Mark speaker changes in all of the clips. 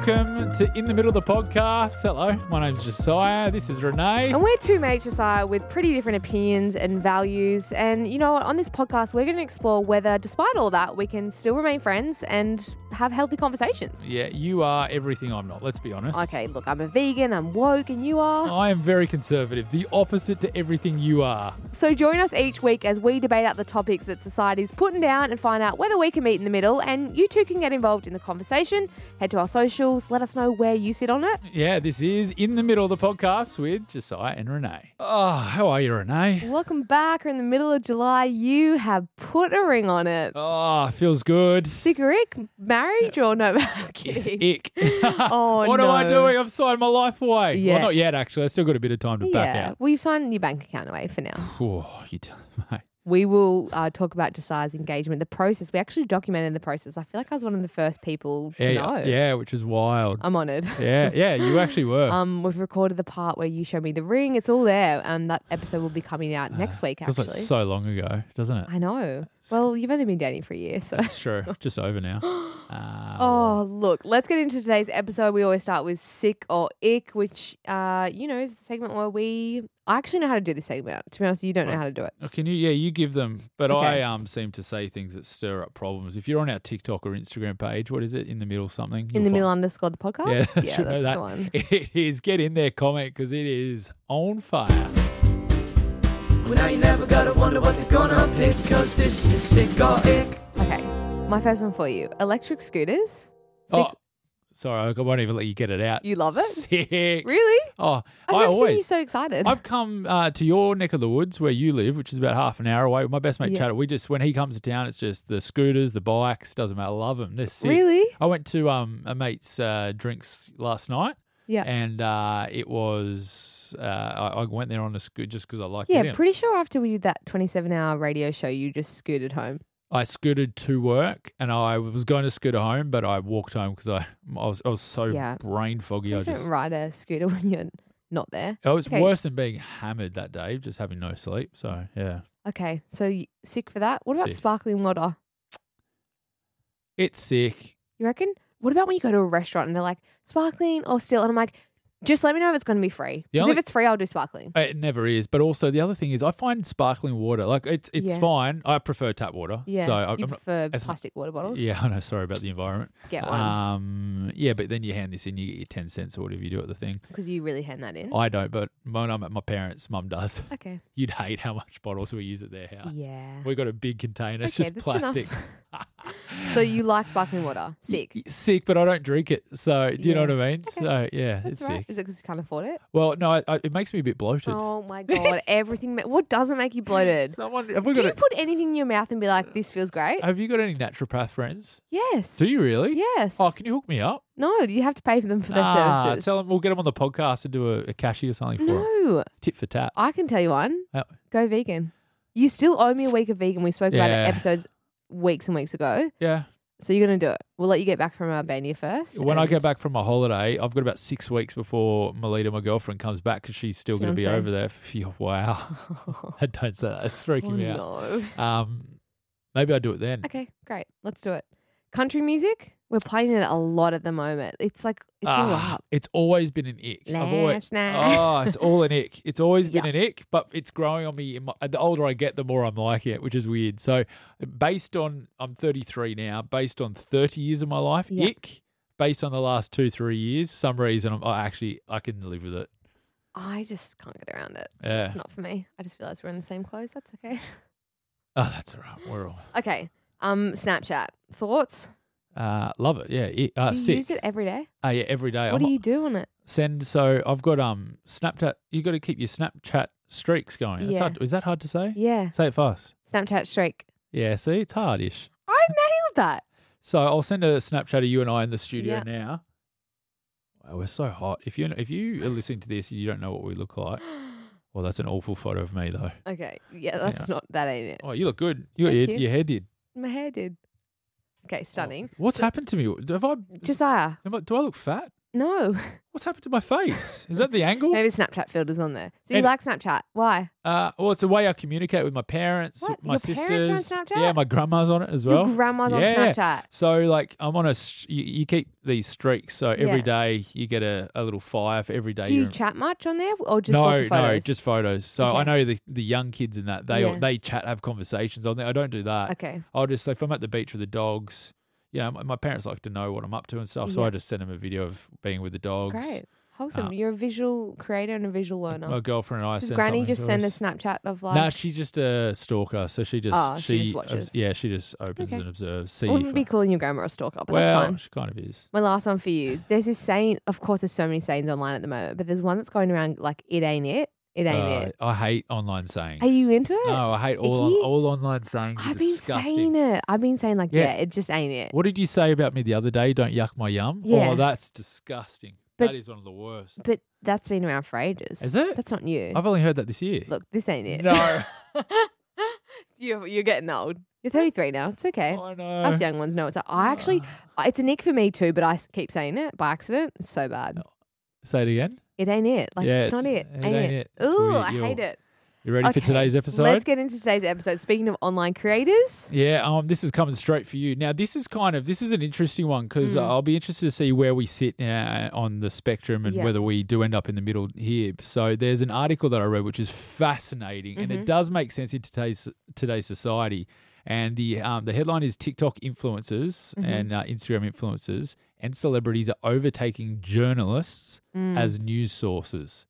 Speaker 1: to In the Middle of the Podcast. Hello, my name's Josiah. This is Renee.
Speaker 2: And we're two mates, Josiah, with pretty different opinions and values. And you know what? On this podcast, we're going to explore whether, despite all that, we can still remain friends and have healthy conversations.
Speaker 1: Yeah, you are everything I'm not, let's be honest.
Speaker 2: Okay, look, I'm a vegan, I'm woke, and you are.
Speaker 1: I am very conservative, the opposite to everything you are.
Speaker 2: So join us each week as we debate out the topics that society's putting down and find out whether we can meet in the middle. And you two can get involved in the conversation. Head to our socials, let us know where you sit on it.
Speaker 1: Yeah, this is In the Middle of the Podcast with Josiah and Renee. Oh, how are you, Renee?
Speaker 2: Welcome back. We're in the middle of July. You have put a ring on it.
Speaker 1: Oh, feels good.
Speaker 2: Cigarette marriage or no? I'm kidding.
Speaker 1: Ick.
Speaker 2: Oh,
Speaker 1: what am I
Speaker 2: no.
Speaker 1: doing? I've signed my life away.
Speaker 2: Yeah.
Speaker 1: Well, not yet, actually. I still got a bit of time to back
Speaker 2: yeah.
Speaker 1: out.
Speaker 2: Well, you've signed your bank account away for now.
Speaker 1: Oh, you tell me.
Speaker 2: We will uh, talk about Josiah's engagement, the process. We actually documented the process. I feel like I was one of the first people to know.
Speaker 1: Yeah, yeah, which is wild.
Speaker 2: I'm honoured.
Speaker 1: yeah, yeah, you actually were.
Speaker 2: Um, we've recorded the part where you showed me the ring. It's all there. Um, that episode will be coming out next week.
Speaker 1: Uh, Feels
Speaker 2: Actually,
Speaker 1: like so long ago, doesn't it?
Speaker 2: I know. Well, you've only been dating for a year, so.
Speaker 1: It's true. Just over now. Uh,
Speaker 2: Oh, look, let's get into today's episode. We always start with sick or ick, which, uh, you know, is the segment where we. I actually know how to do this segment. To be honest, you don't know how to do it.
Speaker 1: well, oh, Can you? Yeah, you give them. But I
Speaker 2: Okay.
Speaker 1: um seem to say things that stir up problems. If you're on our TikTok or Instagram page, what is it? In the middle something.
Speaker 2: In
Speaker 1: You'll
Speaker 2: the
Speaker 1: find-
Speaker 2: middle underscore the podcast?
Speaker 1: Yeah, that's,
Speaker 2: yeah,
Speaker 1: right,
Speaker 2: that's
Speaker 1: that-
Speaker 2: the one.
Speaker 1: It is. Get in there, comment, because it is on fire.
Speaker 3: Well, now you never gotta wonder what they're gonna pick, cause this is sick or ick.
Speaker 2: Okay, my first one for you: electric scooters. Sick.
Speaker 1: Oh, sorry, I won't even let you get it out.
Speaker 2: You love it?
Speaker 1: Sick.
Speaker 2: Really?
Speaker 1: Oh,
Speaker 2: I've
Speaker 1: I
Speaker 2: never seen you
Speaker 1: always.
Speaker 2: so excited.
Speaker 1: I've come uh, to your neck of the woods where you live, which is about half an hour away. with My best mate
Speaker 2: Yeah.
Speaker 1: Chad, we just when he comes to town, it's just the scooters, the bikes, doesn't matter. Love them. They're sick.
Speaker 2: really?
Speaker 1: I went to um, a mate's uh, drinks last night,
Speaker 2: Yeah.
Speaker 1: and uh, it was uh, I, I went there on a scooter just because I like
Speaker 2: yeah,
Speaker 1: it. Yeah.
Speaker 2: pretty sure after we did that 27-hour radio show, you just scooted home.
Speaker 1: I scooted to work, and I was going to scooter home, but I walked home because I I was, I was so
Speaker 2: Yeah.
Speaker 1: brain foggy. I
Speaker 2: Please
Speaker 1: just
Speaker 2: don't ride a scooter when you're not there.
Speaker 1: oh, it's
Speaker 2: Okay.
Speaker 1: worse than being hammered that day, just having no sleep. So yeah,
Speaker 2: Okay, so y- sick for that. What about
Speaker 1: Sick.
Speaker 2: sparkling water?
Speaker 1: it's sick.
Speaker 2: You reckon? What about when you go to a restaurant and they're like sparkling or still, and I'm like, just let me know if it's going to be free.
Speaker 1: The
Speaker 2: Because
Speaker 1: only-
Speaker 2: if it's free, I'll do sparkling.
Speaker 1: It never is, but also the other thing is, I find sparkling water like it's it's
Speaker 2: Yeah.
Speaker 1: fine. I prefer tap water.
Speaker 2: Yeah,
Speaker 1: so I, I'm
Speaker 2: you
Speaker 1: not-
Speaker 2: prefer
Speaker 1: it's not-
Speaker 2: plastic water bottles.
Speaker 1: yeah, Uh, I know. Sorry about the environment.
Speaker 2: Get one
Speaker 1: Um, yeah, but then you hand this in, you get your ten cents or whatever you do at the thing.
Speaker 2: because you really hand that in.
Speaker 1: I don't, but when I'm at my parents, mum does.
Speaker 2: Okay.
Speaker 1: You'd hate how much bottles we use at their house.
Speaker 2: Yeah.
Speaker 1: We got a big container, it's
Speaker 2: Okay,
Speaker 1: just
Speaker 2: that's enough.
Speaker 1: plastic.
Speaker 2: So you like sparkling water? Sick.
Speaker 1: Y- Sick, but I don't drink it. So do you know
Speaker 2: Yeah.
Speaker 1: what I mean? So yeah,
Speaker 2: That's
Speaker 1: it's
Speaker 2: right.
Speaker 1: sick.
Speaker 2: Is it because you can't afford it?
Speaker 1: Well, no, I, I, it makes me a bit bloated.
Speaker 2: Oh my god! Everything. Ma- what doesn't make you bloated?
Speaker 1: Someone, have we
Speaker 2: Do
Speaker 1: got?
Speaker 2: you
Speaker 1: A,
Speaker 2: put anything in your mouth and be like, "This feels great"?
Speaker 1: have you got any naturopath friends?
Speaker 2: yes.
Speaker 1: Uh, Do you really?
Speaker 2: Yes.
Speaker 1: Oh, can you hook me up?
Speaker 2: no, you have to pay for them for their
Speaker 1: ah,
Speaker 2: services.
Speaker 1: Tell them we'll get them on the podcast and do a, a cashy or something for 'em.
Speaker 2: no,
Speaker 1: Tit for tat.
Speaker 2: I can tell you one.
Speaker 1: Oh.
Speaker 2: Go vegan. You still owe me a week of vegan. We spoke about
Speaker 1: Yeah.
Speaker 2: it episodes weeks and weeks ago.
Speaker 1: Yeah.
Speaker 2: So you're gonna do it. We'll let you get back from Albania first.
Speaker 1: When I
Speaker 2: and-
Speaker 1: go back from my holiday, I've got about six weeks before Melita, my girlfriend, comes back because she's still going to be
Speaker 2: Fiancé.
Speaker 1: over there. Phew, wow. I don't say that. It's freaking
Speaker 2: oh,
Speaker 1: me out.
Speaker 2: no.
Speaker 1: Um, maybe I do it then.
Speaker 2: Okay, great. Let's do it. Country music. We're playing it a lot at the moment. It's like it's all
Speaker 1: Ah,
Speaker 2: up.
Speaker 1: It's always been an ick. I've always,
Speaker 2: Last night.
Speaker 1: oh, it's all an ick. It's always been an ick, but it's growing on me. In my, the older I get, the more I'm like it, which is weird. So, based on, I'm 33 now, based on 30 years of my life,
Speaker 2: Yeah.
Speaker 1: ick. Based on the last two, three years, for some reason, I'm, I actually, I can live with it.
Speaker 2: I just can't get around it.
Speaker 1: Yeah.
Speaker 2: It's not for me. I just realized we're in the same clothes. That's okay.
Speaker 1: Oh, that's all right. We're all
Speaker 2: Okay. Um, Snapchat thoughts.
Speaker 1: uh, love it. Yeah, it, uh,
Speaker 2: do you
Speaker 1: sick.
Speaker 2: use it every day?
Speaker 1: Uh, yeah, every day.
Speaker 2: What
Speaker 1: I'm-
Speaker 2: do you do on it?
Speaker 1: send? So I've got um Snapchat. You got to keep your Snapchat streaks going. That's
Speaker 2: Yeah.
Speaker 1: hard- is that hard to say?
Speaker 2: Yeah,
Speaker 1: Say it fast.
Speaker 2: Snapchat streak.
Speaker 1: Yeah. See, it's hardish.
Speaker 2: I nailed that.
Speaker 1: So I'll send a Snapchat of you and I in the studio
Speaker 2: Yeah.
Speaker 1: now. Wow, we're so hot. If you if you are listening to this and you don't know what we look like, well, that's an awful photo of me though.
Speaker 2: Okay. Yeah, that's not that ain't it.
Speaker 1: Oh, you look good. You got
Speaker 2: Thank
Speaker 1: your,
Speaker 2: you.
Speaker 1: your hair did.
Speaker 2: My
Speaker 1: Oh.
Speaker 2: hair did. Okay, stunning.
Speaker 1: What's happened to me? Have I?
Speaker 2: Josiah,
Speaker 1: am I- do I look fat?
Speaker 2: No,
Speaker 1: What's happened to my face? Is that the angle?
Speaker 2: maybe Snapchat filters on there. So you
Speaker 1: And-
Speaker 2: like Snapchat? Why?
Speaker 1: Uh, well, it's a way I communicate with my parents,
Speaker 2: What?
Speaker 1: my
Speaker 2: Your
Speaker 1: sisters.
Speaker 2: parents are on Snapchat?
Speaker 1: Yeah, my grandma's on it as
Speaker 2: Your
Speaker 1: well.
Speaker 2: grandma's on
Speaker 1: Yeah.
Speaker 2: Snapchat.
Speaker 1: So like I'm on a s- you, you keep these streaks. So every
Speaker 2: Yeah.
Speaker 1: day you get a, a little five every day.
Speaker 2: Do you
Speaker 1: you're-
Speaker 2: chat much on there, or just
Speaker 1: no,
Speaker 2: lots of photos?
Speaker 1: no, just photos. So I
Speaker 2: Okay.
Speaker 1: know the the young kids in that they all
Speaker 2: Yeah.
Speaker 1: they chat, have conversations on there. I don't do that.
Speaker 2: okay.
Speaker 1: I'll just like if I'm at the beach with the dogs, you know, my, my parents like to know what I'm up to and stuff. So
Speaker 2: Yeah.
Speaker 1: I just send them a video of being with the dogs.
Speaker 2: Great, wholesome.
Speaker 1: Uh,
Speaker 2: You're a visual creator and a visual learner.
Speaker 1: My girlfriend and I
Speaker 2: Does
Speaker 1: send
Speaker 2: Granny
Speaker 1: something
Speaker 2: just
Speaker 1: to
Speaker 2: send a
Speaker 1: us.
Speaker 2: Snapchat of like?
Speaker 1: No, she's just a stalker. So she just
Speaker 2: Oh, she
Speaker 1: she,
Speaker 2: just
Speaker 1: obs-
Speaker 2: watches.
Speaker 1: yeah, she just opens
Speaker 2: Okay.
Speaker 1: and observes. See
Speaker 2: I
Speaker 1: for-
Speaker 2: wouldn't be calling your grandma a stalker, but
Speaker 1: well,
Speaker 2: that's fine.
Speaker 1: she kind of is.
Speaker 2: My last one for you. There's this saying. Of course, there's so many sayings online at the moment, but there's one that's going around like "it ain't it, it ain't
Speaker 1: Uh,
Speaker 2: it."
Speaker 1: I hate online sayings.
Speaker 2: Are you into it?
Speaker 1: No, I hate all on,
Speaker 2: you-
Speaker 1: all online sayings. are
Speaker 2: I've been
Speaker 1: disgusting.
Speaker 2: saying it. I've been saying like,
Speaker 1: Yeah.
Speaker 2: yeah, it just ain't it.
Speaker 1: What did you say about me the other day? Don't yuck my yum.
Speaker 2: Yeah.
Speaker 1: Oh, that's disgusting.
Speaker 2: But-
Speaker 1: that is one of the worst.
Speaker 2: But that's been around for ages.
Speaker 1: Is it?
Speaker 2: That's not new.
Speaker 1: I've only heard that this year.
Speaker 2: Look, this ain't it.
Speaker 1: No,
Speaker 2: you're, you're getting old. You're 33 now. It's okay.
Speaker 1: Oh, I know. Oh,
Speaker 2: Us young ones know it's. I actually, it's a nick for me too, but I s- keep saying it by accident. It's so bad.
Speaker 1: Say it again.
Speaker 2: It ain't it. Like
Speaker 1: Oh. Yeah,
Speaker 2: it's, not it.
Speaker 1: it's-
Speaker 2: Ain't
Speaker 1: it ain't
Speaker 2: it.
Speaker 1: it. It's
Speaker 2: Ooh,
Speaker 1: weird.
Speaker 2: I
Speaker 1: You're-
Speaker 2: hate it.
Speaker 1: You ready for
Speaker 2: Okay,
Speaker 1: today's episode?
Speaker 2: Let's get into today's episode. Speaking of online creators,
Speaker 1: Yeah, um, this is coming straight for you. Now, this is kind of this is an interesting one because
Speaker 2: Mm.
Speaker 1: I'll be interested to see where we sit now on the spectrum and
Speaker 2: Yeah.
Speaker 1: whether we do end up in the middle here. So, there's an article that I read which is fascinating and
Speaker 2: Mm-hmm.
Speaker 1: it does make sense in today's today's society. And the um, the headline is TikTok influencers
Speaker 2: Mm-hmm.
Speaker 1: and uh, Instagram influencers and celebrities are overtaking journalists
Speaker 2: Mm.
Speaker 1: as news sources.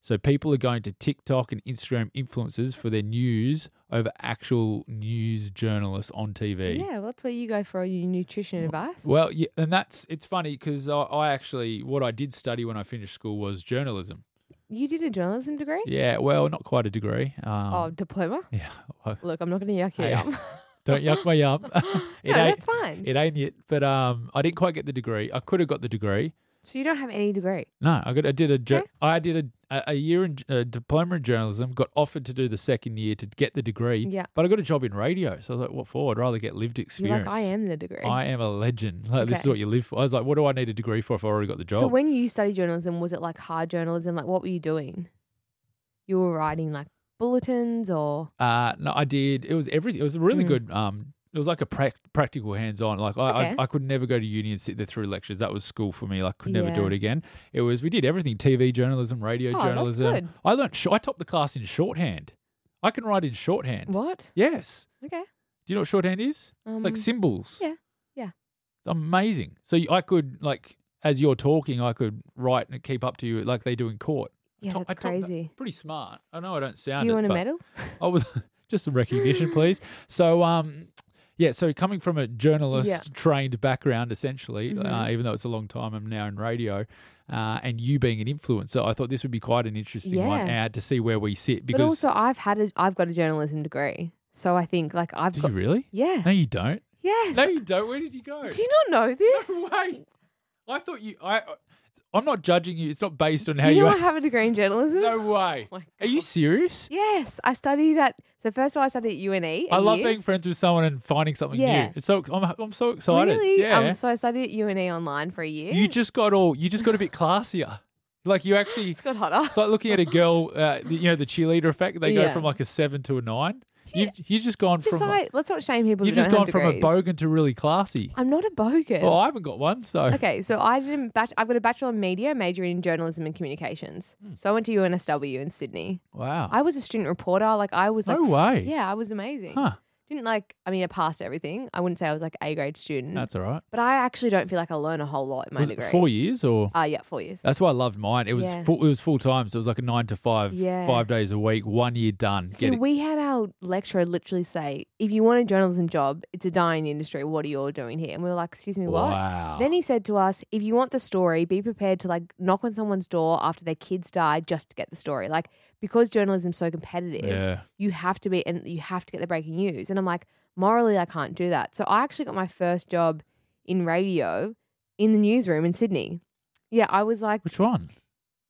Speaker 1: So people are going to TikTok and Instagram influencers for their news over actual news journalists on TV.
Speaker 2: yeah, well, that's where you go for your nutrition advice.
Speaker 1: Well, yeah, and that's it's funny because I, I actually what I did study when I finished school was journalism.
Speaker 2: You did a journalism degree?
Speaker 1: Yeah, well, not quite a degree. Um,
Speaker 2: oh, diploma?
Speaker 1: yeah, well,
Speaker 2: Look, I'm not going to yuck you
Speaker 1: Hey,
Speaker 2: up. no,
Speaker 1: don't yuck my yum. it ain't
Speaker 2: that's fine.
Speaker 1: it ain't it, but um, I didn't quite get the degree. I could have got the degree.
Speaker 2: so you don't have any degree.
Speaker 1: No, I got. I did a. jour-
Speaker 2: Okay.
Speaker 1: I did a, a a year in a diploma in journalism. Got offered to do the second year to get the degree.
Speaker 2: Yeah.
Speaker 1: But I got a job in radio, so I was like, "What for? I'd rather get lived
Speaker 2: You're
Speaker 1: experience."
Speaker 2: like, I am the degree.
Speaker 1: I am a legend. Like this is
Speaker 2: Okay.
Speaker 1: what you live for. I was like, "What do I need a degree for if I already got the job?"
Speaker 2: so when you studied journalism, was it like hard journalism? Like, what were you doing? You were writing like bulletins or.
Speaker 1: uh, no, I did. It was everything. It was a really
Speaker 2: Mm.
Speaker 1: good. Um, it was like a prac- practical hands-on. Like I,
Speaker 2: Okay.
Speaker 1: I, I could never go to uni and sit there through lectures. That was school for me. Like could never do
Speaker 2: Yeah.
Speaker 1: it again. It was. We did everything: TV journalism, radio
Speaker 2: Oh, that's
Speaker 1: journalism.
Speaker 2: good.
Speaker 1: I learned. Sh- I topped the class in shorthand. I can write in shorthand.
Speaker 2: What?
Speaker 1: Yes.
Speaker 2: Okay.
Speaker 1: Do you know what shorthand is? it's
Speaker 2: Um,
Speaker 1: like symbols.
Speaker 2: yeah, yeah.
Speaker 1: It's amazing. So you- I could like as you're talking, I could write and keep up to you like they do in court.
Speaker 2: Yeah,
Speaker 1: top- I topped
Speaker 2: that's
Speaker 1: that.
Speaker 2: crazy.
Speaker 1: Pretty smart. I know I don't sound.
Speaker 2: Do you
Speaker 1: it,
Speaker 2: want a
Speaker 1: but
Speaker 2: medal?
Speaker 1: I was just some recognition, please. So um. Yeah, so coming from a journalist trained background, essentially, uh,
Speaker 2: Mhm.
Speaker 1: even though it's a long time, I'm now in radio, uh, and you being an influencer, I thought this would be quite an interesting one
Speaker 2: Yeah.
Speaker 1: uh, to see where we sit.
Speaker 2: But
Speaker 1: Because
Speaker 2: also, I've had a, I've got a journalism degree, so I think like I've
Speaker 1: do
Speaker 2: got
Speaker 1: you really?
Speaker 2: yeah,
Speaker 1: No, you don't.
Speaker 2: yes.
Speaker 1: No, you don't. Where did you go?
Speaker 2: Do you not know this?
Speaker 1: No way. I thought you. I. I'm not judging you. It's not based on how
Speaker 2: Do you
Speaker 1: you.
Speaker 2: know I
Speaker 1: are.
Speaker 2: have a degree in journalism? Oh
Speaker 1: No way.
Speaker 2: my
Speaker 1: Are you serious?
Speaker 2: Yes, I studied at. So first of all, I studied at E. UNE. a
Speaker 1: I love
Speaker 2: year.
Speaker 1: being friends with someone and finding something
Speaker 2: Yeah.
Speaker 1: new. It's so. I'm. I'm so excited.
Speaker 2: Really?
Speaker 1: Yeah.
Speaker 2: Um, so I studied at UNE online for a year.
Speaker 1: You just got all. You just got a bit classier. Like you actually.
Speaker 2: it's got hotter.
Speaker 1: It's like looking at a girl. Uh, you know the cheerleader effect. They go
Speaker 2: Yeah.
Speaker 1: from like a seven to a nine. You've you just gone
Speaker 2: just
Speaker 1: from.
Speaker 2: like, let's not shame people.
Speaker 1: you've
Speaker 2: that
Speaker 1: just
Speaker 2: don't
Speaker 1: gone
Speaker 2: have
Speaker 1: from a
Speaker 2: degrees.
Speaker 1: bogan to really classy.
Speaker 2: I'm not a bogan.
Speaker 1: Well, I haven't got one, so
Speaker 2: Okay, so I did. a Bach- I've got a bachelor in media, majoring in journalism and communications.
Speaker 1: Hmm.
Speaker 2: So I went to UNSW in Sydney.
Speaker 1: wow.
Speaker 2: I was a student reporter. Like I was like,
Speaker 1: no way.
Speaker 2: yeah, I was amazing.
Speaker 1: Huh.
Speaker 2: Didn't like. I mean, I passed everything. I wouldn't say I was like A grade student,
Speaker 1: That's all right.
Speaker 2: but I actually don't feel like I learn a whole lot in my
Speaker 1: Was
Speaker 2: degree.
Speaker 1: it four years or?
Speaker 2: Uh, yeah, four years.
Speaker 1: That's why I loved mine. It was
Speaker 2: Yeah.
Speaker 1: full, it was full time, so it was like a nine to five,
Speaker 2: Yeah.
Speaker 1: five days a week, one year done.
Speaker 2: See,
Speaker 1: Get it?
Speaker 2: we had our lecturer literally say, if you want a journalism job, it's a dying industry. What are you all doing here? And we were like, excuse me, what?
Speaker 1: Wow.
Speaker 2: Then he said to us, if you want the story, be prepared to like knock on someone's door after their kids died just to get the story. Like, because journalism's so competitive,
Speaker 1: yeah.
Speaker 2: you have to be, and you have to get the breaking news. And I'm like, morally, I can't do that. So I actually got my first job in radio in the newsroom in Sydney. Yeah, I was like,
Speaker 1: Which one?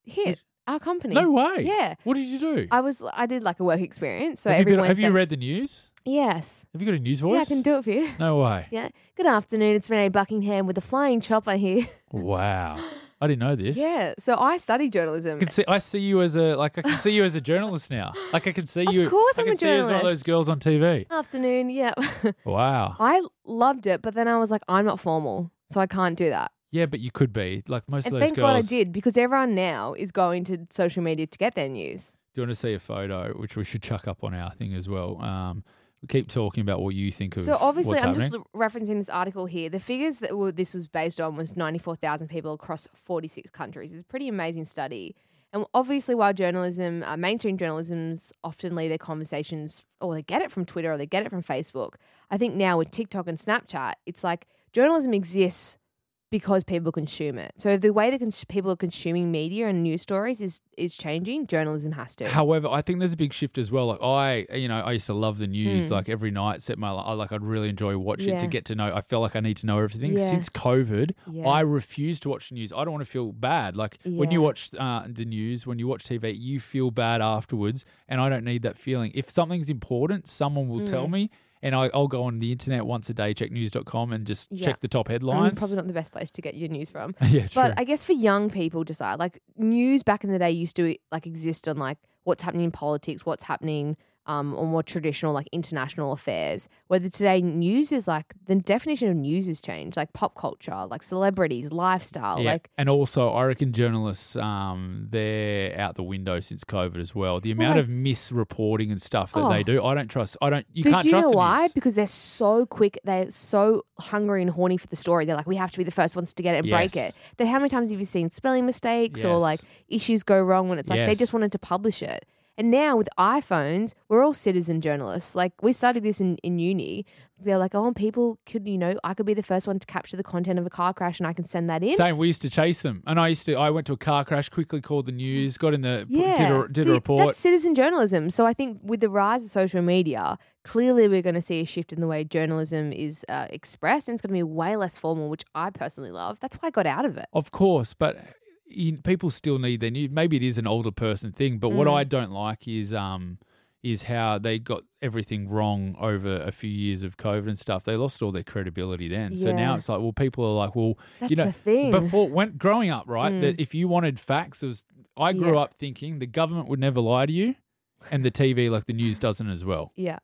Speaker 2: hit our company.
Speaker 1: No way.
Speaker 2: Yeah.
Speaker 1: What did you do?
Speaker 2: I was I did like a work experience. So
Speaker 1: have, you
Speaker 2: every
Speaker 1: been- have
Speaker 2: Wednesday.
Speaker 1: you read the news?
Speaker 2: yes.
Speaker 1: Have you got a news voice?
Speaker 2: Yeah, I can do it for you.
Speaker 1: No way.
Speaker 2: Yeah. Good afternoon. It's Renee Buckingham with the flying chopper here.
Speaker 1: Wow. I didn't know this.
Speaker 2: Yeah. So I studied
Speaker 1: I
Speaker 2: journalism.
Speaker 1: can see I see you as a like I can see you as a journalist now. Like I can see
Speaker 2: Of
Speaker 1: you.
Speaker 2: course
Speaker 1: I
Speaker 2: I'm
Speaker 1: can
Speaker 2: a
Speaker 1: see you as one of
Speaker 2: journalist.
Speaker 1: those girls on TV.
Speaker 2: Afternoon. Yeah.
Speaker 1: Wow.
Speaker 2: I loved it, but then I was like, I'm not formal, so I can't do that.
Speaker 1: Yeah, but you could be like most
Speaker 2: And
Speaker 1: of those
Speaker 2: thank God I
Speaker 1: girls.
Speaker 2: did because everyone now is going to social media to get their news.
Speaker 1: Do you want to see a photo, which we should chuck up on our thing as well? Um, we keep talking about what you think of.
Speaker 2: So obviously,
Speaker 1: what's
Speaker 2: I'm
Speaker 1: happening.
Speaker 2: just referencing this article here. The figures that were, this was based on was 94,000 people across 46 countries. It's a pretty amazing study. And obviously, while journalism, uh, mainstream journalism's often lead their conversations, or they get it from Twitter, or they get it from Facebook. I think now with TikTok and Snapchat, it's like journalism exists because people consume it. So the way that cons- people are consuming media and news stories is is changing. Journalism has to.
Speaker 1: However, I think there's a big shift as well. Like I, you know, I used to love the news. Like every night, set my I like I'd really enjoy watching it to
Speaker 2: Hmm. Yeah.
Speaker 1: get to know. I feel like I need to know everything.
Speaker 2: Yeah.
Speaker 1: Since COVID,
Speaker 2: Yeah.
Speaker 1: I refuse to watch the news. I don't want to feel bad. Like when you
Speaker 2: Yeah.
Speaker 1: watch uh, the news, when you watch TV, you feel bad afterwards, and I don't need that feeling. If something's important, someone will
Speaker 2: Hmm.
Speaker 1: tell me. And I, I'll go on the internet once a day, check news.com and just
Speaker 2: Yeah.
Speaker 1: check the top
Speaker 2: I'm
Speaker 1: headlines.
Speaker 2: probably not the best place to get your news from.
Speaker 1: yeah, true.
Speaker 2: But I guess for young people, decide like news back in the day used to like exist on like what's happening in politics, what's happening um, on more traditional like international affairs. Whether today news is like the definition of news has changed, like pop culture, like celebrities, lifestyle,
Speaker 1: Yeah.
Speaker 2: like
Speaker 1: and also, I reckon journalists, um, they're out the window since COVID as well. The amount
Speaker 2: they-
Speaker 1: of misreporting and stuff that
Speaker 2: Oh.
Speaker 1: they do, I don't trust. I don't. You
Speaker 2: but
Speaker 1: can't
Speaker 2: do you
Speaker 1: trust
Speaker 2: know
Speaker 1: the
Speaker 2: why?
Speaker 1: news.
Speaker 2: Because they're so quick, they're so hungry and horny for the story. They're like, we have to be the first ones to get it and break
Speaker 1: Yes.
Speaker 2: it. Then how many times have you seen spelling mistakes or
Speaker 1: Yes.
Speaker 2: like issues go wrong when it's like they
Speaker 1: Yes.
Speaker 2: just wanted to publish it? And now with iPhones, we're all citizen journalists. Like we studied this in, in uni. They're like, oh, people could, you know, I could be the first one to capture the content of a car crash and I can send that in.
Speaker 1: Same. We used to chase them, and I used to. I went to a car crash, quickly called the news, got in the,
Speaker 2: yeah.
Speaker 1: did a, did
Speaker 2: See,
Speaker 1: a report.
Speaker 2: That's citizen journalism. So I think with the rise of social media, clearly we're going to see a shift in the way journalism is uh, expressed, and it's going to be way less formal, which I personally love. That's why I got out of it.
Speaker 1: Of course, but you, people still need their news. Maybe it is an older person thing, but what I
Speaker 2: Mm.
Speaker 1: don't like is um is how they got everything wrong over a few years of COVID and stuff. They lost all their credibility then. So now
Speaker 2: Yeah.
Speaker 1: it's like, well, people are like, well, you
Speaker 2: That's
Speaker 1: know,
Speaker 2: the thing.
Speaker 1: before when growing up, right? That if you wanted facts, it was I grew
Speaker 2: Hmm. Yeah.
Speaker 1: up thinking the government would never lie to you, and the TV, like the news, doesn't as well
Speaker 2: Yeah.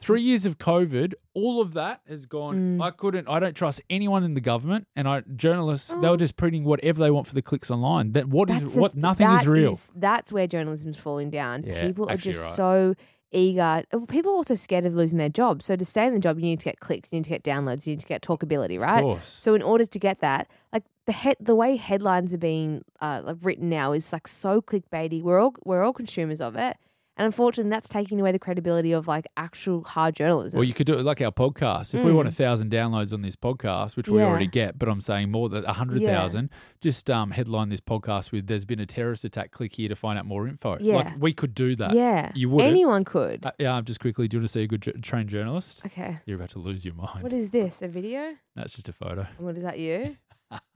Speaker 1: three years of COVID, all of that has gone.
Speaker 2: Mm.
Speaker 1: I couldn't. I don't trust anyone in the government, and I journalists. They were just printing whatever they want for the clicks online. That what is
Speaker 2: Oh. That's the-
Speaker 1: what? Nothing is
Speaker 2: that
Speaker 1: real.
Speaker 2: that's where journalism's falling down.
Speaker 1: Yeah,
Speaker 2: people are
Speaker 1: actually
Speaker 2: just
Speaker 1: right.
Speaker 2: so eager. People are also scared of losing their job. So to stay in the job, you need to get clicks, you need to get downloads, you need to get talkability,
Speaker 1: of
Speaker 2: right?
Speaker 1: course.
Speaker 2: So in order to get that, like the head, the way headlines are being uh, like, written now is like so clickbaity. We're all we're all consumers of it, and unfortunately, that's taking away the credibility of like actual hard journalism.
Speaker 1: Well, you could do it like our podcast. If we want a thousand downloads on this podcast, which we
Speaker 2: Mm. Yeah.
Speaker 1: already get, but I'm saying more than a hundred thousand, just um, headline this podcast with "There's been a terrorist attack." Click here to find out more info.
Speaker 2: Yeah.
Speaker 1: Like we could do that.
Speaker 2: yeah,
Speaker 1: you wouldn't.
Speaker 2: Anyone could.
Speaker 1: Uh, yeah, I'm just quickly. Do you want to see a good ju- trained journalist?
Speaker 2: Okay.
Speaker 1: You're about to lose your mind.
Speaker 2: What is this? A video?
Speaker 1: That's just a photo.
Speaker 2: And What is that? You?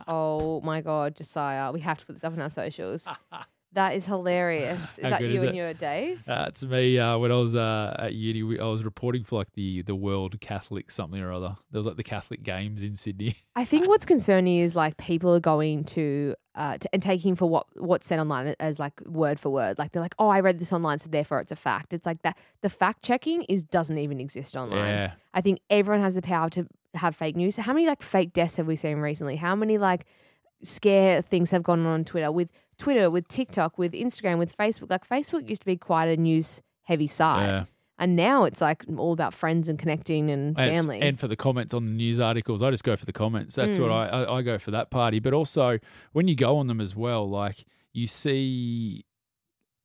Speaker 2: oh my God, Josiah! We have to put this up on our socials. That is hilarious. Is
Speaker 1: How
Speaker 2: that
Speaker 1: good
Speaker 2: you
Speaker 1: is
Speaker 2: in
Speaker 1: it?
Speaker 2: your days?
Speaker 1: That's me. Uh, when I was uh, at uni, we, I was reporting for like the the World Catholic something or other. There was like the Catholic Games in Sydney.
Speaker 2: I think what's concerning is like people are going to uh, t- and taking for what what's said online as like word for word. Like they're like, oh, I read this online, so therefore it's a fact. It's like that. The fact checking is doesn't even exist online.
Speaker 1: Yeah.
Speaker 2: I think everyone has the power to have fake news. How many like fake deaths have we seen recently? How many like scare things have gone on on Twitter with Twitter, with TikTok, with Instagram, with Facebook? Like Facebook used to be quite a news heavy site,
Speaker 1: Yeah.
Speaker 2: and now it's like all about friends and connecting and
Speaker 1: And it's-
Speaker 2: family. Hmm.
Speaker 1: And, for the comments on the news articles, I just go for the comments. That's what I, I I go for that party. But also when you go on them as well, like you see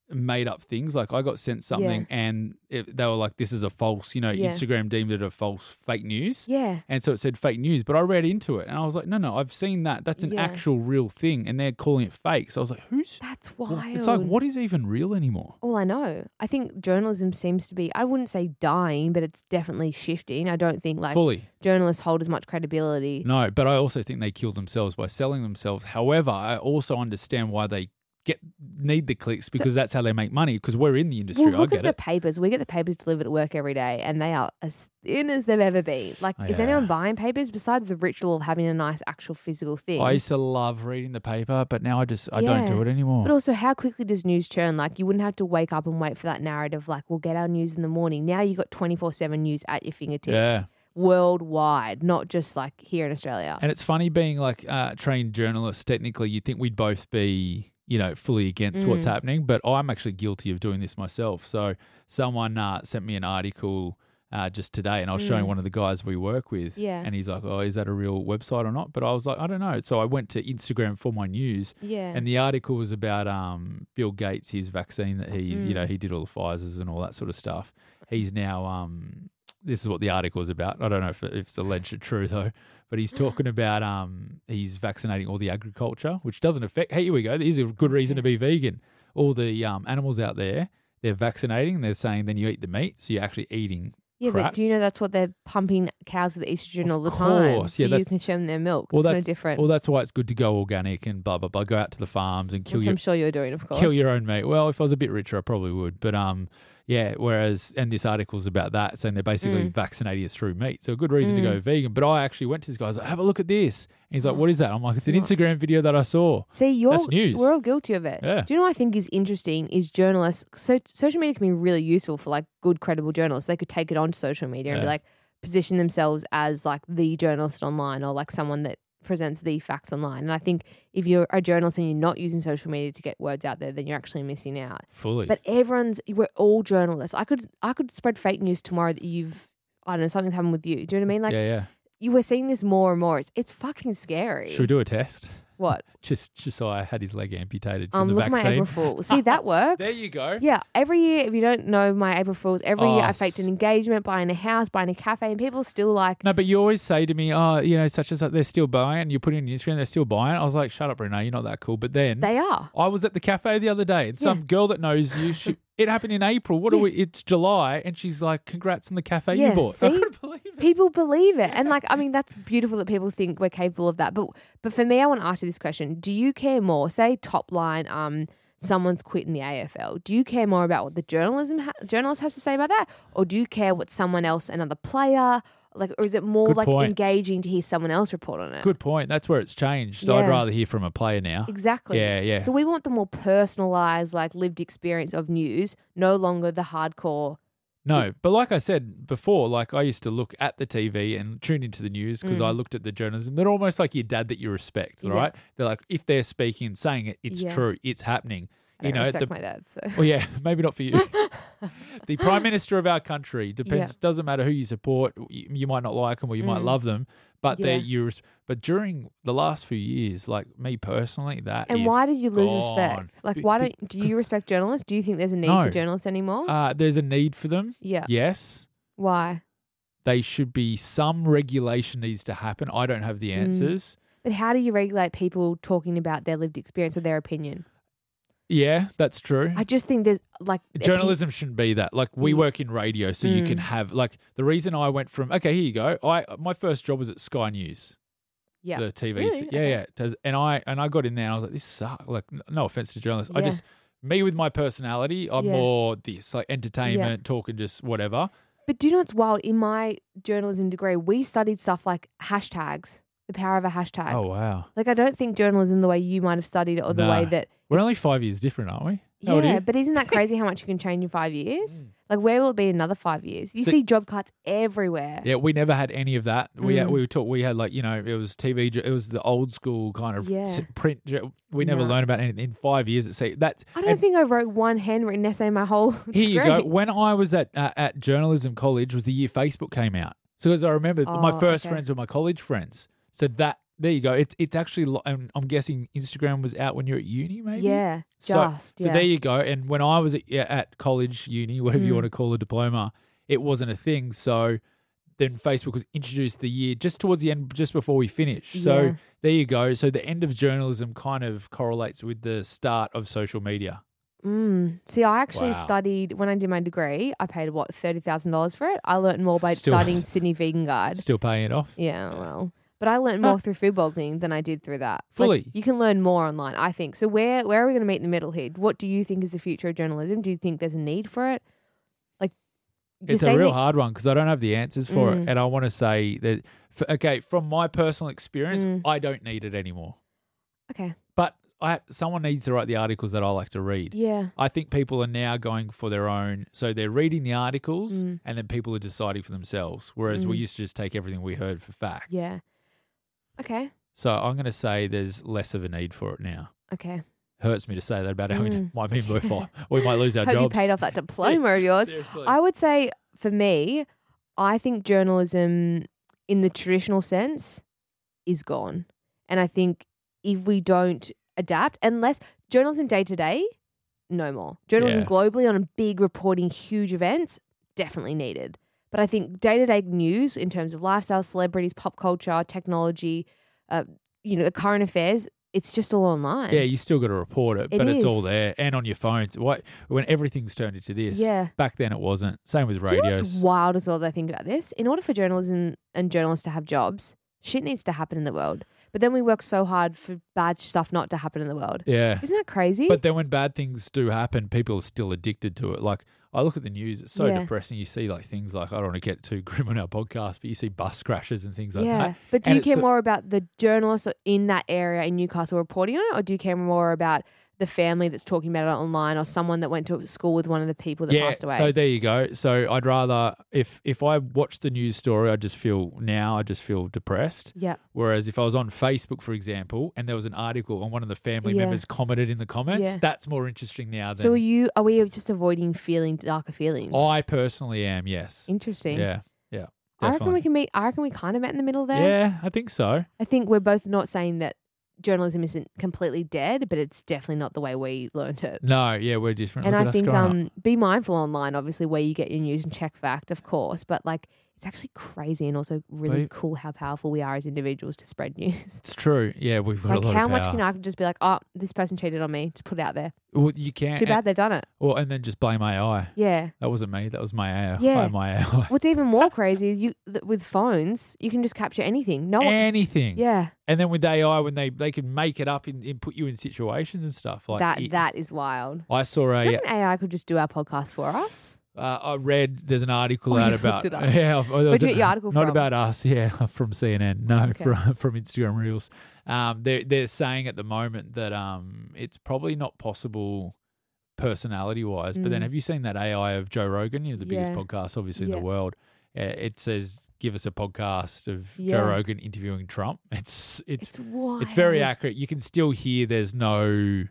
Speaker 1: made up things. Like I got sent something and it, they were like, "This is a false." You know,
Speaker 2: Yeah.
Speaker 1: Instagram deemed it a false fake news.
Speaker 2: yeah.
Speaker 1: And so it said fake news, but I read into it and I was like, no, no, I've seen that. That's an
Speaker 2: Yeah.
Speaker 1: actual real thing. And they're calling it fake. So I was like, who's.
Speaker 2: That's
Speaker 1: wha-
Speaker 2: wild.
Speaker 1: It's like, what is even real anymore?
Speaker 2: Well, I know. I think journalism seems to be, I wouldn't say dying, but it's definitely shifting. I don't think like
Speaker 1: Fully.
Speaker 2: journalists hold as much credibility.
Speaker 1: No, but I also think they kill themselves by selling themselves. However, I also understand why they get need the clicks because that's how they make money. Because we're in the industry, I
Speaker 2: Well, look
Speaker 1: get
Speaker 2: at the
Speaker 1: it.
Speaker 2: papers. We get the papers delivered at work every day, and they are as thin as they've ever been. Like, is
Speaker 1: Yeah.
Speaker 2: anyone buying papers besides the ritual of having a nice actual physical thing?
Speaker 1: I used to love reading the paper, but now I just I don't
Speaker 2: Yeah.
Speaker 1: do it anymore.
Speaker 2: But also, how quickly does news churn? Like, you wouldn't have to wake up and wait for that narrative. Like, we'll get our news in the morning. Now you got twenty four seven news at your fingertips,
Speaker 1: Yeah.
Speaker 2: worldwide, not just like here in Australia.
Speaker 1: And it's funny being like uh, trained journalists. Technically, you'd think we'd both be, you know, fully against what's
Speaker 2: Mm.
Speaker 1: happening, but I'm actually guilty of doing this myself. So someone uh, sent me an article uh, just today, and I was
Speaker 2: Mm.
Speaker 1: showing one of the guys we work with,
Speaker 2: Yeah.
Speaker 1: and he's like, "Oh, is that a real website or not?" But I was like, "I don't know." So I went to Instagram for my news,
Speaker 2: yeah,
Speaker 1: and the article was about um, Bill Gates, his vaccine that he's, you
Speaker 2: Mm.
Speaker 1: know, he did all the Pfizer's and all that sort of stuff. He's now, um, this is what the article is about. I don't know if, if it's alleged or true though, but he's talking about um, he's vaccinating all the agriculture, which doesn't affect. Hey, here we go. Here's a good reason to be vegan. All the um, animals out there, they're vaccinating. They're saying then you eat the meat, so you're actually eating.
Speaker 2: yeah.
Speaker 1: crap.
Speaker 2: But do you know that's what they're pumping cows with estrogen all the time?
Speaker 1: course. Yeah,
Speaker 2: so you
Speaker 1: that's-
Speaker 2: can show them their milk.
Speaker 1: Well,
Speaker 2: it's
Speaker 1: that's
Speaker 2: no different.
Speaker 1: Well, that's why it's good to go organic and blah blah blah. Go out to the farms and kill
Speaker 2: which
Speaker 1: your
Speaker 2: I'm sure you're doing, of course.
Speaker 1: kill your own meat. Well, if I was a bit richer, I probably would. But um, yeah. Whereas, and this article's about that, saying they're basically
Speaker 2: Mm.
Speaker 1: vaccinating us through meat. So a good reason to go vegan. But I actually went to this guy. I was like, "Have a look at this." And he's like, "What is that?" I'm like, "It's an Instagram video that I saw."
Speaker 2: See, you're
Speaker 1: That's news.
Speaker 2: we're all guilty of it.
Speaker 1: Yeah.
Speaker 2: Do you know what I think is interesting is journalists. So social media can be really useful for like good, credible journalists. They could take it onto social media and be
Speaker 1: Yeah.
Speaker 2: like position themselves as like the journalist online or like someone that presents the facts online. And I think if you're a journalist and you're not using social media to get words out there, then you're actually missing out.
Speaker 1: Fully.
Speaker 2: But everyone's we're all journalists. I could I could spread fake news tomorrow that you've I don't know something's happened with you. Do you know what I mean? Like
Speaker 1: yeah, yeah.
Speaker 2: you were seeing this more and more. It's it's fucking scary.
Speaker 1: Should we do a test?
Speaker 2: What?
Speaker 1: Just Josiah had his leg amputated from
Speaker 2: Um,
Speaker 1: the
Speaker 2: look at my
Speaker 1: vaccine.
Speaker 2: April Fool. See that works.
Speaker 1: There you go.
Speaker 2: Yeah, every year, if you don't know my April Fools, every year I
Speaker 1: Oh,
Speaker 2: faked an
Speaker 1: s-
Speaker 2: engagement, buying a house, buying a cafe, and people still like,
Speaker 1: No, but you always say to me, "Oh, you know, such as that, they're still buying." You put it in your Instagram, they're still buying. I was like, "Shut up, Renee, you're not that cool." But then
Speaker 2: they are.
Speaker 1: I was at the cafe the other day, and some girl that knows you, she, it happened in April. What are we? It's July, and she's like, "Congrats on the cafe
Speaker 2: Yeah,
Speaker 1: you bought." I
Speaker 2: see?
Speaker 1: couldn't believe it.
Speaker 2: People believe it. And like, I mean, that's beautiful that people think we're capable of that. But but for me, I want to ask you this question. Do you care more, say top line, um, someone's quitting the AFL? Do you care more about what the journalism ha- journalist has to say about that? Or do you care what someone else, another player, like, or is it more
Speaker 1: Good
Speaker 2: like
Speaker 1: point.
Speaker 2: engaging to hear someone else report on it?
Speaker 1: Good point. That's where it's changed. So
Speaker 2: Yeah.
Speaker 1: I'd rather hear from a player now.
Speaker 2: Exactly.
Speaker 1: Yeah, yeah.
Speaker 2: So we want the more personalized, like lived experience of news, no longer the hardcore.
Speaker 1: No, but like I said before, like I used to look at the TV and tune into the news because I looked at the journalism. They're almost like your dad that you respect,
Speaker 2: Mm. Yeah.
Speaker 1: right? They're like, if they're speaking and saying it, it's
Speaker 2: Yeah.
Speaker 1: true, it's happening.
Speaker 2: I don't
Speaker 1: you know,
Speaker 2: respect
Speaker 1: the,
Speaker 2: my dad. So
Speaker 1: Well, yeah, maybe not for you. the prime minister of our country depends. Doesn't matter who you support. You, you might not like them or you might love them, but they're
Speaker 2: Mm. Yeah.
Speaker 1: yours. But during the last few years, like me personally, that
Speaker 2: and
Speaker 1: is-
Speaker 2: why do you lose
Speaker 1: gone.
Speaker 2: respect? Like,
Speaker 1: Be-
Speaker 2: why
Speaker 1: be-
Speaker 2: don't do you respect journalists? Do you think there's a need for
Speaker 1: No.
Speaker 2: journalists anymore?
Speaker 1: uh, there's a need for them.
Speaker 2: yeah.
Speaker 1: Yes,
Speaker 2: Why?
Speaker 1: they should be. Some regulation needs to happen. I don't have the
Speaker 2: Mm.
Speaker 1: answers.
Speaker 2: But how do you regulate people talking about their lived experience or their opinion?
Speaker 1: Yeah, that's true.
Speaker 2: I just think Mm. there's like opi-
Speaker 1: Journalism shouldn't be that. Like we
Speaker 2: Yeah.
Speaker 1: work in radio, so you can have like the reason I went from okay, here you go. I my first job was at Sky News.
Speaker 2: Yeah.
Speaker 1: the TV.
Speaker 2: Really?
Speaker 1: se- Yeah,
Speaker 2: Okay.
Speaker 1: yeah. It does- And I and I got in there and I was like, this sucks. Like, n- no offense to journalists, I
Speaker 2: Yeah.
Speaker 1: just me with my personality, I'm
Speaker 2: Yeah.
Speaker 1: more this like entertainment, talking, just whatever.
Speaker 2: But do you know what's wild? In my journalism degree, we studied stuff like hashtags, the power of a hashtag.
Speaker 1: Oh wow,
Speaker 2: Like I don't think journalism the way you might have studied it or the way
Speaker 1: No.
Speaker 2: that
Speaker 1: we're only five years different, aren't we? No, it
Speaker 2: yeah,
Speaker 1: is.
Speaker 2: but isn't that crazy how much you can change in five years?
Speaker 1: Mm.
Speaker 2: Like, where will it be in another five years? You
Speaker 1: So-
Speaker 2: see job cuts everywhere.
Speaker 1: Yeah, we never had any of that. We had,
Speaker 2: Mm.
Speaker 1: we were taught we had like you know it was TV. jo- It was the old school kind of
Speaker 2: Yeah.
Speaker 1: t- print. jo- We never
Speaker 2: No.
Speaker 1: learned about anything in five years. It's see that's
Speaker 2: I don't
Speaker 1: and
Speaker 2: think I wrote one handwritten essay in my whole.
Speaker 1: Here you
Speaker 2: degree.
Speaker 1: go. When I was at uh, at journalism college, was the year Facebook came out. So as I remember,
Speaker 2: Oh,
Speaker 1: my first
Speaker 2: okay.
Speaker 1: friends were my college friends. So that there you go. It's it's actually. lo- I'm, I'm guessing Instagram was out when you were at uni, maybe.
Speaker 2: Yeah, just
Speaker 1: So, so
Speaker 2: yeah.
Speaker 1: there you go. And when I was at, yeah, at college, uni, whatever
Speaker 2: Mm.
Speaker 1: you want to call a diploma, it wasn't a thing. So then Facebook was introduced the year just towards the end, just before we finished. So
Speaker 2: Yeah.
Speaker 1: there you go. So the end of journalism kind of correlates with the start of social media.
Speaker 2: mm. See, I actually
Speaker 1: Wow.
Speaker 2: studied when I did my degree. I paid what thirty thousand dollars for it. I learned more by
Speaker 1: Still-
Speaker 2: studying Sydney Vegan Guide.
Speaker 1: Still paying it off.
Speaker 2: Yeah, well, But I learned more through food blogging than I did through that. Like,
Speaker 1: Fully.
Speaker 2: you can learn more online, I think. So where where are we going to meet in the middle here? What do you think is the future of journalism? Do you think there's a need for it? Like you're
Speaker 1: it's a
Speaker 2: saying
Speaker 1: real
Speaker 2: that-
Speaker 1: hard one because I don't have the answers for
Speaker 2: Mm.
Speaker 1: it, and I want to say that. For, okay, from my personal experience,
Speaker 2: Mm.
Speaker 1: I don't need it anymore.
Speaker 2: Okay.
Speaker 1: But I someone needs to write the articles that I like to read.
Speaker 2: Yeah.
Speaker 1: I think people are now going for their own. So they're reading the articles
Speaker 2: Mm.
Speaker 1: and then people are deciding for themselves. Whereas we
Speaker 2: Mm.
Speaker 1: used to just take everything we heard for fact.
Speaker 2: Yeah. Okay.
Speaker 1: So I'm going to say there's less of a need for it now.
Speaker 2: Okay.
Speaker 1: Hurts me to say that about our
Speaker 2: Mm.
Speaker 1: my mean before we might lose our
Speaker 2: Hope
Speaker 1: jobs.
Speaker 2: you paid off that diploma of yours.
Speaker 1: Seriously.
Speaker 2: I would say for me, I think journalism in the traditional sense is gone. And I think if we don't adapt, unless journalism day to day, no more. Journalism
Speaker 1: Yeah.
Speaker 2: globally on big reporting, huge events, definitely needed. But I think day to day news in terms of lifestyle, celebrities, pop culture, technology, uh, you know, current affairs, it's just all online.
Speaker 1: yeah, you still got to report it,
Speaker 2: It
Speaker 1: but it's all
Speaker 2: is.
Speaker 1: there and on your phones. Why, when everything's turned into this,
Speaker 2: Yeah.
Speaker 1: back then it wasn't. Same with
Speaker 2: Do you know what's
Speaker 1: radios.
Speaker 2: wild as well that I think about this? In order for journalism and journalists to have jobs, shit needs to happen in the world. But then we work so hard for bad stuff not to happen in the world.
Speaker 1: yeah.
Speaker 2: Isn't that crazy?
Speaker 1: But then when bad things do happen, people are still addicted to it. Like I look at the news, it's so
Speaker 2: Yeah.
Speaker 1: depressing. You see like things like I don't want to get too grim on our podcast, but you see bus crashes and things like
Speaker 2: yeah.
Speaker 1: that.
Speaker 2: But do
Speaker 1: And
Speaker 2: you
Speaker 1: it's
Speaker 2: care
Speaker 1: the-
Speaker 2: more about the journalists in that area in Newcastle reporting on it, or do you care more about the family that's talking about it online, or someone that went to school with one of the people that
Speaker 1: yeah,
Speaker 2: passed away?
Speaker 1: so there you go. So I'd rather if if I watch the news story, I just feel now I just feel depressed.
Speaker 2: yeah.
Speaker 1: Whereas if I was on Facebook, for example, and there was an article and one of the family
Speaker 2: Yeah.
Speaker 1: members commented in the comments,
Speaker 2: Yeah.
Speaker 1: that's more interesting now
Speaker 2: So are
Speaker 1: than
Speaker 2: you? Are we just avoiding feeling darker feelings?
Speaker 1: I personally am. Yes.
Speaker 2: Interesting.
Speaker 1: Yeah. Yeah.
Speaker 2: I reckon
Speaker 1: Definitely.
Speaker 2: we can meet. I reckon we kind of met in the middle there.
Speaker 1: Yeah, I think so.
Speaker 2: I think we're both not saying that journalism isn't completely dead, but it's definitely not the way we learnt it.
Speaker 1: No, yeah, we're different.
Speaker 2: and
Speaker 1: Look
Speaker 2: I
Speaker 1: at us
Speaker 2: think
Speaker 1: growing up.
Speaker 2: um, be mindful online, obviously, where you get your news and check fact, of course, but like it's actually crazy and also really
Speaker 1: Right.
Speaker 2: cool how powerful we are as individuals to spread news.
Speaker 1: It's true. Yeah, we've got
Speaker 2: Like
Speaker 1: a lot
Speaker 2: how
Speaker 1: of power.
Speaker 2: much can I just be like, oh, this person cheated on me, just put it out there.
Speaker 1: well, you can't.
Speaker 2: Too bad they've done it.
Speaker 1: Well, and then just blame AI.
Speaker 2: Yeah.
Speaker 1: That wasn't me. That was my AI.
Speaker 2: Yeah.
Speaker 1: My AI.
Speaker 2: What's even more crazy is you th- with phones, you can just capture anything. No, one,
Speaker 1: Anything.
Speaker 2: Oh, yeah,
Speaker 1: And then with AI, when they they can make it up and, and put you in situations and stuff like e Oh,
Speaker 2: that
Speaker 1: it-
Speaker 2: that is wild.
Speaker 1: I saw
Speaker 2: Do you
Speaker 1: a.
Speaker 2: reckon AI could just do our podcast for us?
Speaker 1: Uh, I read there's an article
Speaker 2: Oh,
Speaker 1: out
Speaker 2: you
Speaker 1: about
Speaker 2: looked it up.
Speaker 1: yeah. I've- there
Speaker 2: Where'd
Speaker 1: was
Speaker 2: you
Speaker 1: a-
Speaker 2: get your article
Speaker 1: Not
Speaker 2: from?
Speaker 1: about us. Yeah, from CNN. No,
Speaker 2: Okay.
Speaker 1: from from Instagram Reels. Um, they're they're saying at the moment that um, it's probably not possible personality wise. But then,
Speaker 2: Mm.
Speaker 1: have you seen that AI of Joe Rogan? You know, the biggest
Speaker 2: Yeah.
Speaker 1: podcast obviously in
Speaker 2: Yeah.
Speaker 1: the world. Uh, It says, "Give us a podcast of
Speaker 2: Yeah.
Speaker 1: Joe Rogan interviewing Trump." It's it's it's,
Speaker 2: wild.
Speaker 1: very accurate. You can still hear there's no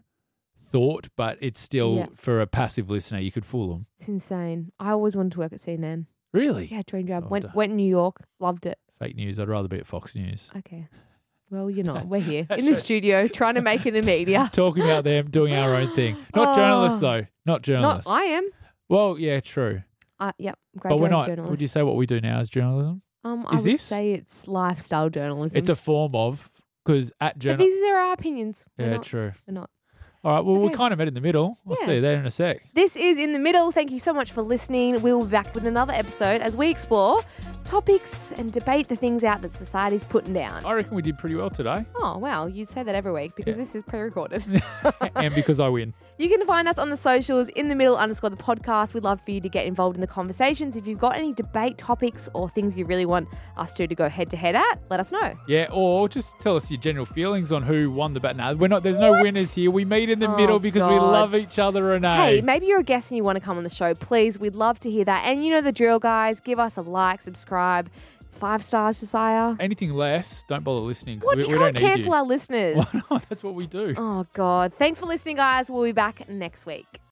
Speaker 1: thought, but it's still
Speaker 2: Yeah.
Speaker 1: for a passive listener. You could fool them.
Speaker 2: It's insane. I always wanted to work at CNN.
Speaker 1: Really?
Speaker 2: Yeah, dream job.
Speaker 1: Oh,
Speaker 2: Went
Speaker 1: duh.
Speaker 2: went New York. Loved it.
Speaker 1: Fake news. I'd rather be at Fox News.
Speaker 2: Okay. Well, you're not. We're here
Speaker 1: That's
Speaker 2: in the
Speaker 1: right.
Speaker 2: studio trying to make it in media.
Speaker 1: Talking about them doing our own thing. Not
Speaker 2: Oh.
Speaker 1: journalists though. Not
Speaker 2: Not
Speaker 1: journalists.
Speaker 2: I am.
Speaker 1: well, yeah, true.
Speaker 2: Uh, yep. Graduate
Speaker 1: But we're not.
Speaker 2: Journalist.
Speaker 1: Would you say what we do now is journalism?
Speaker 2: um, I
Speaker 1: is
Speaker 2: would
Speaker 1: this-
Speaker 2: say it's lifestyle journalism.
Speaker 1: It's a form of because at
Speaker 2: But
Speaker 1: journal.
Speaker 2: these are our opinions. We're
Speaker 1: Yeah,
Speaker 2: not-
Speaker 1: true.
Speaker 2: we're not.
Speaker 1: All right. Well,
Speaker 2: Okay.
Speaker 1: we're kind of met in the middle. We'll
Speaker 2: Yeah.
Speaker 1: see you there in a sec.
Speaker 2: This is in the middle. Thank you so much for listening. We will be back with another episode as we explore topics and debate the things out that society's putting down.
Speaker 1: I reckon we did pretty well today,
Speaker 2: Oh wow, you say that every week because this is pre-recorded.
Speaker 1: and because I win.
Speaker 2: You can find us on the socials in the middle underscore the podcast. We'd love for you to get involved in the conversations. If you've got any debate topics or things you really want us two to go head to head at, let us know.
Speaker 1: Yeah. Or just tell us your general feelings on who won the battle. No, we're not. There's no
Speaker 2: What?
Speaker 1: winners here. We meet in the
Speaker 2: Oh,
Speaker 1: middle because we
Speaker 2: God.
Speaker 1: love each other, uh, Renee.
Speaker 2: Hey, maybe you're a guest and you want to come on the show. Please, we'd love to hear that. And you know the drill, guys. Give us a like, subscribe, five stars, Josiah.
Speaker 1: Anything less, don't bother listening. 'cause
Speaker 2: What?
Speaker 1: We,
Speaker 2: you
Speaker 1: we
Speaker 2: can't
Speaker 1: don't need
Speaker 2: cancel
Speaker 1: you.
Speaker 2: our listeners.
Speaker 1: Why not? That's what we do.
Speaker 2: oh God! Thanks for listening, guys. We'll be back next week.